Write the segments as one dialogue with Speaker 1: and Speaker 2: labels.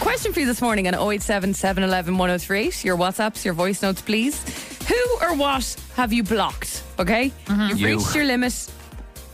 Speaker 1: Question for you this morning on 087 711 1038. Your WhatsApps, your voice notes, please. Who or what have you blocked? Okay? You've
Speaker 2: You.
Speaker 1: reached your limit.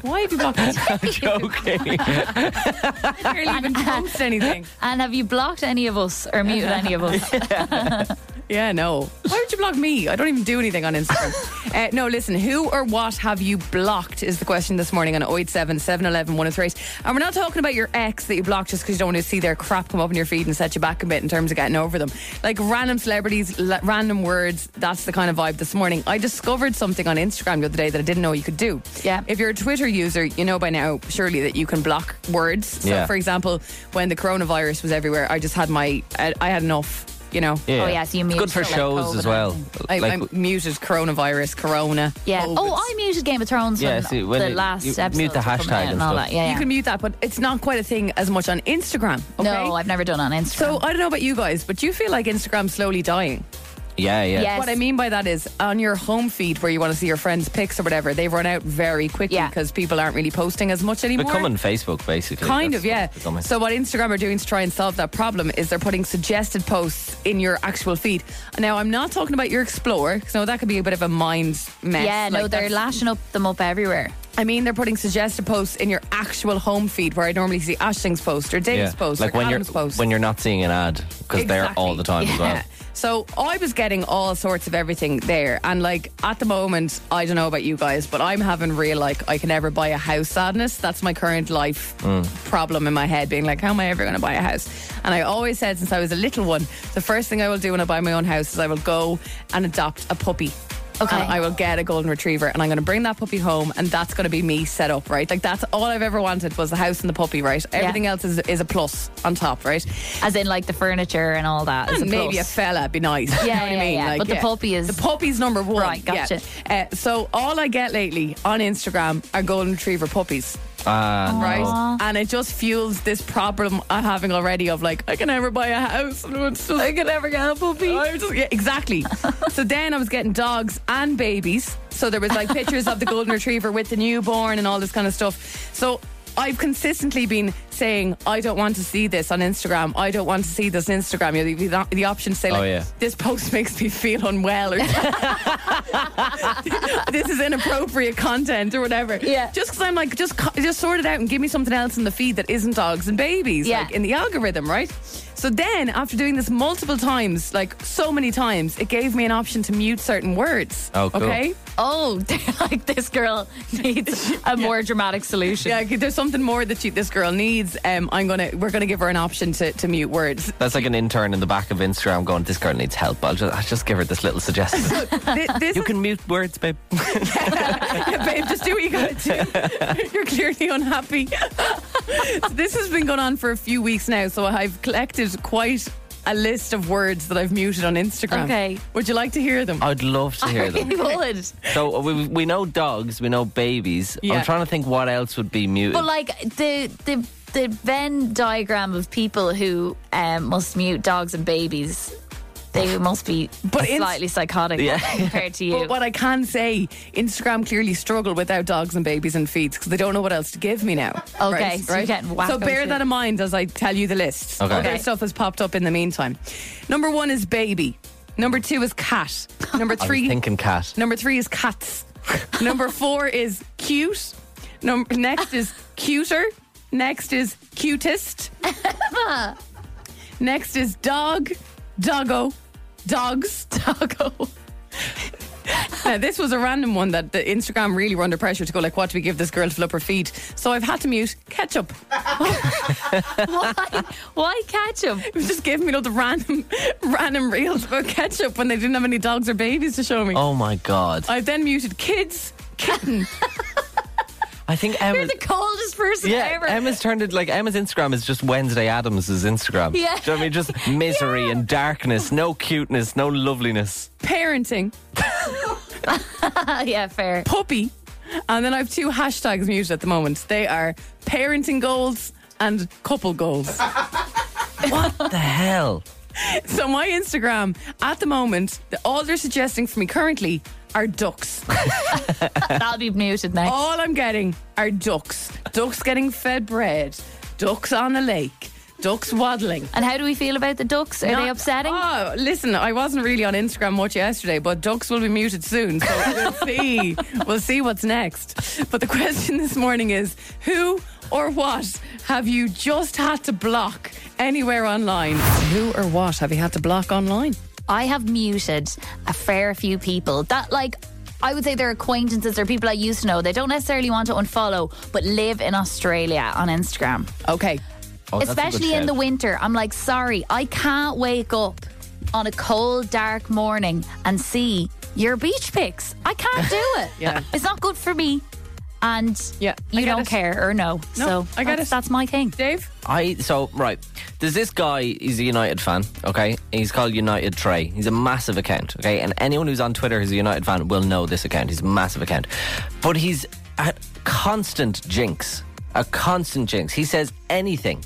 Speaker 1: Why have you blocked me?
Speaker 2: Joking.
Speaker 1: Oh, I barely even post anything.
Speaker 3: And have you blocked any of us or muted any of us?
Speaker 1: Yeah, no. Why would you block me? I don't even do anything on Instagram. uh, no, listen, who or what have you blocked is the question this morning on 087 711 1038. And we're not talking about your ex that you blocked just because you don't want to see their crap come up in your feed and set you back a bit in terms of getting over them. Like random celebrities, la- random words, that's the kind of vibe this morning. I discovered something on Instagram the other day that I didn't know you could do.
Speaker 3: Yeah.
Speaker 1: If you're a Twitter user, you know by now, surely, that you can block words. So,
Speaker 2: Yeah.
Speaker 1: for example, when the coronavirus was everywhere, I just had my, I, I had enough, you know.
Speaker 3: Oh, yeah, so you
Speaker 2: It's good
Speaker 3: muted
Speaker 2: for
Speaker 3: like
Speaker 2: shows as
Speaker 3: COVID,
Speaker 2: well.
Speaker 1: I,
Speaker 2: like,
Speaker 1: I muted coronavirus, corona.
Speaker 3: Yeah.
Speaker 1: COVID.
Speaker 3: Oh, I muted Game of Thrones
Speaker 2: Yeah,
Speaker 3: when
Speaker 2: see, when
Speaker 3: the
Speaker 2: you-
Speaker 3: last
Speaker 2: you
Speaker 3: episode.
Speaker 2: mute the
Speaker 3: was coming
Speaker 2: hashtag
Speaker 3: out
Speaker 2: and
Speaker 3: and all
Speaker 2: stuff.
Speaker 3: that. Yeah,
Speaker 1: You
Speaker 3: yeah.
Speaker 1: can mute that, but it's not quite a thing as much on Instagram. Okay?
Speaker 3: No, I've never done it on Instagram.
Speaker 1: so I don't know about you guys, but do you feel like Instagram's slowly dying?
Speaker 2: yeah, yeah.
Speaker 3: Yes.
Speaker 1: What I mean by that is on your home feed where you want to see your friends' pics or whatever, they run out very quickly
Speaker 3: Yeah.
Speaker 1: because people aren't really posting as much anymore.
Speaker 2: Becoming Facebook, basically.
Speaker 1: Kind
Speaker 2: That's
Speaker 1: of, yeah.
Speaker 2: what it's becoming.
Speaker 1: So what Instagram are doing to try and solve that problem is they're putting suggested posts in your actual feed. Now I'm not talking about your Explorer, because no, that could be a bit of a mind mess.
Speaker 3: yeah, no,
Speaker 1: Like,
Speaker 3: they're
Speaker 1: that's-
Speaker 3: lashing up them up everywhere.
Speaker 1: I mean, they're putting suggested posts in your actual home feed where I normally see Ashling's post or Dave's
Speaker 2: Yeah.
Speaker 1: post
Speaker 2: like
Speaker 1: or
Speaker 2: when you're
Speaker 1: Callum's post.
Speaker 2: when you're not seeing an ad because they're
Speaker 1: Exactly.
Speaker 2: all the time as
Speaker 1: Yeah.
Speaker 2: well.
Speaker 1: So I was getting all sorts of everything there, and like at the moment, I don't know about you guys, but I'm having real like I can never buy a house sadness. That's my current life
Speaker 2: Mm.
Speaker 1: problem in my head, being like, how am I ever going to buy a house? And I always said since I was a little one, the first thing I will do when I buy my own house is I will go and adopt a puppy.
Speaker 3: Okay.
Speaker 1: And I will get a golden retriever and I'm going to bring that puppy home and that's going to be me set up, right? Like that's all I've ever wanted was the house and the puppy, right? Everything else is, is a plus on top, right?
Speaker 3: As in, like, the furniture and all that. is
Speaker 1: And maybe a
Speaker 3: plus.
Speaker 1: fella would be nice. you
Speaker 3: Yeah,
Speaker 1: know what
Speaker 3: yeah,
Speaker 1: I mean?
Speaker 3: yeah. But the puppy is-
Speaker 1: the puppy's number one.
Speaker 3: Right, gotcha.
Speaker 1: Yeah. Uh, so all I get lately on Instagram are golden retriever puppies.
Speaker 2: Ah, no.
Speaker 1: Right,
Speaker 3: Aw.
Speaker 1: and it just fuels this problem I'm having already of like I can never buy a house. And it's just, I can never get a puppy. yeah, exactly. so then I was getting dogs and babies. So there was like pictures of the golden retriever with the newborn and all this kind of stuff. So I've consistently been saying I don't want to see this on Instagram. I don't want to see this on Instagram. You know, the, the, the option to say like
Speaker 2: Oh, yeah.
Speaker 1: this post makes me feel unwell or this is inappropriate content or whatever.
Speaker 3: Yeah.
Speaker 1: Just because I'm like, just co- just sort it out and give me something else in the feed that isn't dogs and babies.
Speaker 3: Yeah.
Speaker 1: Like in the algorithm, right? So then, after doing this multiple times, like so many times, it gave me an option to mute certain words.
Speaker 2: Oh, cool.
Speaker 1: Okay.
Speaker 3: Oh, they're like, this girl needs a more dramatic solution.
Speaker 1: Yeah. There's something more that she, this girl needs. Um, I'm gonna, we're gonna give her an option to, to mute words.
Speaker 2: That's like an intern in the back of Instagram going, "This girl needs help." I'll just, I'll just give her this little suggestion.
Speaker 1: Thi- this
Speaker 2: you can mute words, babe.
Speaker 1: yeah, babe, just do what you gotta do. You're clearly unhappy. so this has been going on for a few weeks now, so I've collected quite a list of words that I've muted on Instagram.
Speaker 3: Okay.
Speaker 1: Would you like to hear them?
Speaker 2: I'd love to hear them.
Speaker 3: They would.
Speaker 2: So uh, we, we know dogs, we know babies.
Speaker 1: Yeah.
Speaker 2: I'm trying to think what else would be muted.
Speaker 3: But like the the the Venn diagram of people who um, must mute dogs and babies, they must be
Speaker 1: But in-
Speaker 3: slightly psychotic
Speaker 2: Yeah.
Speaker 3: compared to you.
Speaker 1: But what I can say, Instagram clearly struggle without dogs and babies and feeds because they don't know what else to give me now.
Speaker 3: Okay, so you're getting whacked
Speaker 1: So
Speaker 3: on
Speaker 1: bear
Speaker 3: shit.
Speaker 1: that in mind as I tell you the list.
Speaker 2: Okay.
Speaker 1: Other
Speaker 3: Okay.
Speaker 1: stuff has popped up in the meantime. Number one is baby. Number two is cat. Number
Speaker 2: I was
Speaker 1: three,
Speaker 2: thinking cat.
Speaker 1: Number three is cats. Number four is cute. Num- next is cuter. Next is cutest. next is dog, doggo, dogs, doggo. Now, this was a random one that the Instagram really were under pressure to go like, what do we give this girl to fill up her feet? So I've had to mute ketchup.
Speaker 3: why, why catch them?
Speaker 1: It was just giving me all the random, random reels about ketchup when they didn't have any dogs or babies to show me.
Speaker 2: Oh my god! I,
Speaker 1: I've then muted kids, kitten,
Speaker 2: think
Speaker 3: You're
Speaker 2: Emma.
Speaker 3: the coldest person
Speaker 2: Yeah,
Speaker 3: ever.
Speaker 2: Emma's turned it like Emma's Instagram is just Wednesday Adams's Instagram.
Speaker 3: Yeah.
Speaker 2: Do you know what I mean? Just misery and darkness, no cuteness, no loveliness.
Speaker 1: parenting.
Speaker 3: Oh, yeah, fair.
Speaker 1: puppy. And then I have two hashtags muted at the moment. They are parenting goals and couple goals.
Speaker 2: What the hell?
Speaker 1: so my Instagram at the moment, the- all they're suggesting for me currently are ducks.
Speaker 3: That'll be muted next.
Speaker 1: Oh. All I'm getting are ducks. Ducks getting fed bread. Ducks on a lake. Ducks waddling.
Speaker 3: And how do we feel about the ducks? Are
Speaker 1: Not-
Speaker 3: they upsetting?
Speaker 1: Oh, listen, I wasn't really on Instagram much yesterday, but ducks will be muted soon, so we'll see. We'll see what's next. But the question this morning is who or what have you just had to block anywhere online? Who or what have you had to block online?
Speaker 3: I have muted a fair few people that, like, I would say they're acquaintances or people I used to know. They don't necessarily want to unfollow, but live in Australia on Instagram.
Speaker 1: Okay.
Speaker 2: Oh, that's a good
Speaker 3: Especially in
Speaker 2: shout.
Speaker 3: the winter. I'm like, sorry, I can't wake up on a cold, dark morning and see your beach pics. I can't do it.
Speaker 1: Yeah.
Speaker 3: It's not good for me. And
Speaker 1: Yeah, I
Speaker 3: you
Speaker 1: get
Speaker 3: don't
Speaker 1: it.
Speaker 3: care or no.
Speaker 1: No,
Speaker 3: so
Speaker 1: I get
Speaker 3: that's,
Speaker 1: it.
Speaker 3: that's my thing.
Speaker 1: Dave?
Speaker 2: I so right. There's this guy. He's a United fan. Okay, he's called United Trey. He's a massive account. Okay, and anyone who's on Twitter who's a United fan will know this account. He's a massive account, but he's a constant jinx. A constant jinx. He says anything,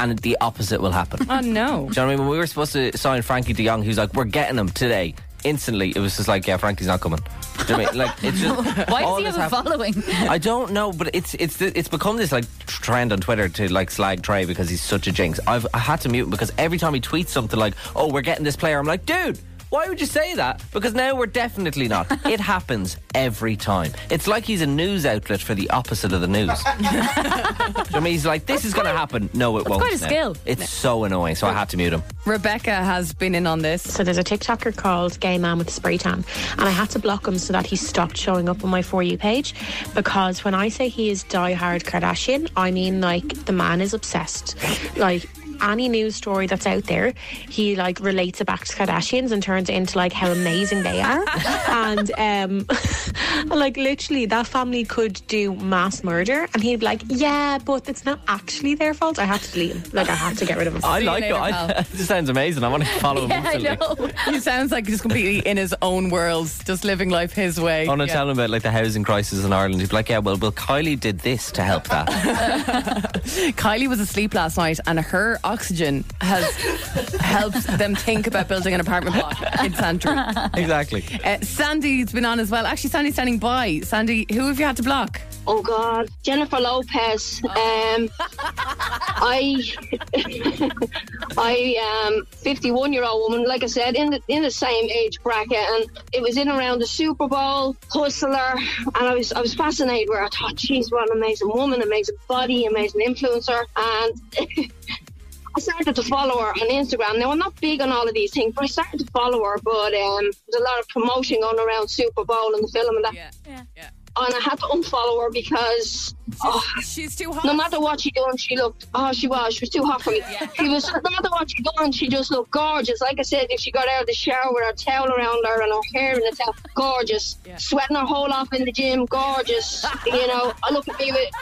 Speaker 2: and the opposite will happen.
Speaker 1: Oh, no.
Speaker 2: Do you know what I mean? When we were supposed to sign Frankie De Jong, he was like, "We're getting him today." Instantly, it was just like, "Yeah, Frankie's not coming." Do you know what I mean? Like, it's just
Speaker 3: Why
Speaker 2: all
Speaker 3: does he
Speaker 2: this
Speaker 3: have a
Speaker 2: happen-
Speaker 3: following?
Speaker 2: I don't know, but it's it's the- it's become this like trend on Twitter to like slag Trey because he's such a jinx. I've I had to mute him because every time he tweets something like, "Oh, we're getting this player," I'm like, dude. Why would you say that? Because now we're definitely not. It happens every time. It's like he's a news outlet for the opposite of the news. Do you know what I mean, he's like, this is going to happen. No, it won't.
Speaker 3: quite a
Speaker 2: now.
Speaker 3: skill.
Speaker 2: It's so annoying. So I had to mute him.
Speaker 1: Rebecca has been in on this.
Speaker 4: So there's a TikToker called Gay Man with Spray Tan, and I had to block him so that he stopped showing up on my For You page because when I say he is diehard Kardashian, I mean like the man is obsessed. Like any news story that's out there, he like relates it back to Kardashians and turns it into like how amazing they are. and um like literally that family could do mass murder and he'd be like, Yeah, but it's not actually their fault. I had to delete him. Like I had to get rid of him.
Speaker 2: I
Speaker 1: See you
Speaker 2: like it.
Speaker 1: later,
Speaker 2: I,
Speaker 1: pal.
Speaker 2: it sounds amazing. I want to follow him
Speaker 3: yeah, I
Speaker 2: instantly.
Speaker 3: know.
Speaker 1: He sounds like he's completely in his own world, just living life his way.
Speaker 2: I want to
Speaker 1: Yeah.
Speaker 2: tell him about like the housing crisis in Ireland. He'd be like, "Yeah, well, well, Kylie did this to help that."
Speaker 1: Kylie was asleep last night, and her oxygen has helped them think about building an apartment block in Santry.
Speaker 2: exactly.
Speaker 1: Uh, Sandy's been on as well. Actually, Sandy's standing by. Sandy, who have you had to block?
Speaker 5: Oh God, Jennifer Lopez. Um, I, I am 51 year old woman. Like I said, in the in the same age bracket, and it was in around the Super Bowl, hustler, and I was I was fascinated. Where I thought, geez, what an amazing woman, amazing body, amazing influencer, and. I started to follow her on Instagram. Now I'm not big on all of these things, but I started to follow her. But um, there's a lot of promotion going around Super Bowl and the film and that
Speaker 1: yeah.
Speaker 5: and I had to unfollow her because oh,
Speaker 1: She's too hot.
Speaker 5: no matter what she done, she looked. Oh, she was. She was too hot for me. She was. No matter what she done, she just looked gorgeous. Like I said, if she got out of the shower with her towel around her and her hair in a towel, gorgeous. Sweating her whole off in the gym, gorgeous. you know, I look at me with.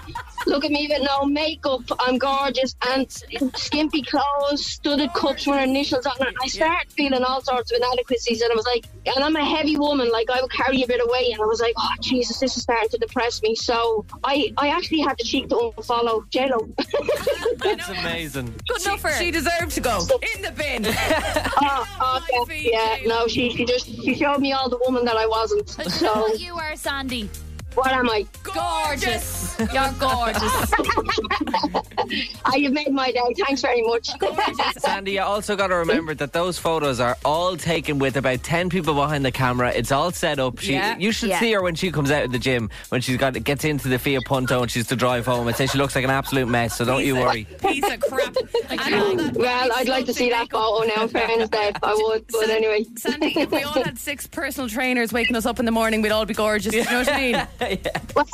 Speaker 5: Look at me with no makeup. I'm gorgeous and skimpy clothes, studded cups with her initials on it. I started feeling all sorts of inadequacies, and I was like, and I'm a heavy woman, like I would carry a bit of weight, and I was like, oh Jesus, this is starting to depress me. So I, I actually had the cheek to unfollow JLo.
Speaker 2: That's amazing.
Speaker 3: Good enough for her.
Speaker 1: She deserved to go in the bin.
Speaker 5: Oh,
Speaker 1: Fine,
Speaker 5: yeah, yeah,
Speaker 1: JLo.
Speaker 5: no, she, she just she showed me all the woman that I wasn't.
Speaker 3: But you know
Speaker 5: So
Speaker 3: what oh, you are, Sandy.
Speaker 5: what am I?
Speaker 3: Gorgeous. You're gorgeous.
Speaker 5: Ah, you've made my day. Thanks very much.
Speaker 2: Sandy, you also got to remember that those photos are all taken with about 10 people behind the camera. It's all set up. She,
Speaker 1: Yeah.
Speaker 2: You should
Speaker 3: Yeah.
Speaker 2: see her when she comes out of the gym, when she's got gets into the Fiat Punto and she's to drive home. and say she looks like an absolute mess, so don't you worry.
Speaker 1: Piece of crap. And all that
Speaker 5: well, I'd like to see that photo now. In fairness, Dave, I would. But anyway,
Speaker 1: Sandy, if we all had six personal trainers waking us up in the morning, we'd all be gorgeous. You know what I mean?
Speaker 5: well,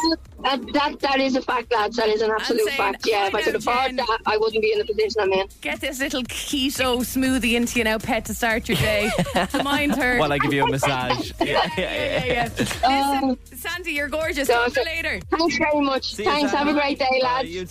Speaker 5: that, that that is a fact, lads. That is an absolute
Speaker 1: saying,
Speaker 5: fact. Yeah, if
Speaker 1: I
Speaker 5: I could
Speaker 1: know, Jen.
Speaker 5: afford that, I wouldn't be in the position I'm in.
Speaker 1: Get this little keto smoothie into you now, pet, to start your day. to mind her.
Speaker 2: While I give you a massage. Yeah, yeah, yeah.
Speaker 1: yeah, yeah. Listen, Sandy, you're gorgeous. Talk to you later.
Speaker 5: Thanks very much.
Speaker 2: See you,
Speaker 5: Thanks. Have a
Speaker 2: Sandy.
Speaker 5: great day,
Speaker 2: Bye,
Speaker 5: lads.
Speaker 2: you too.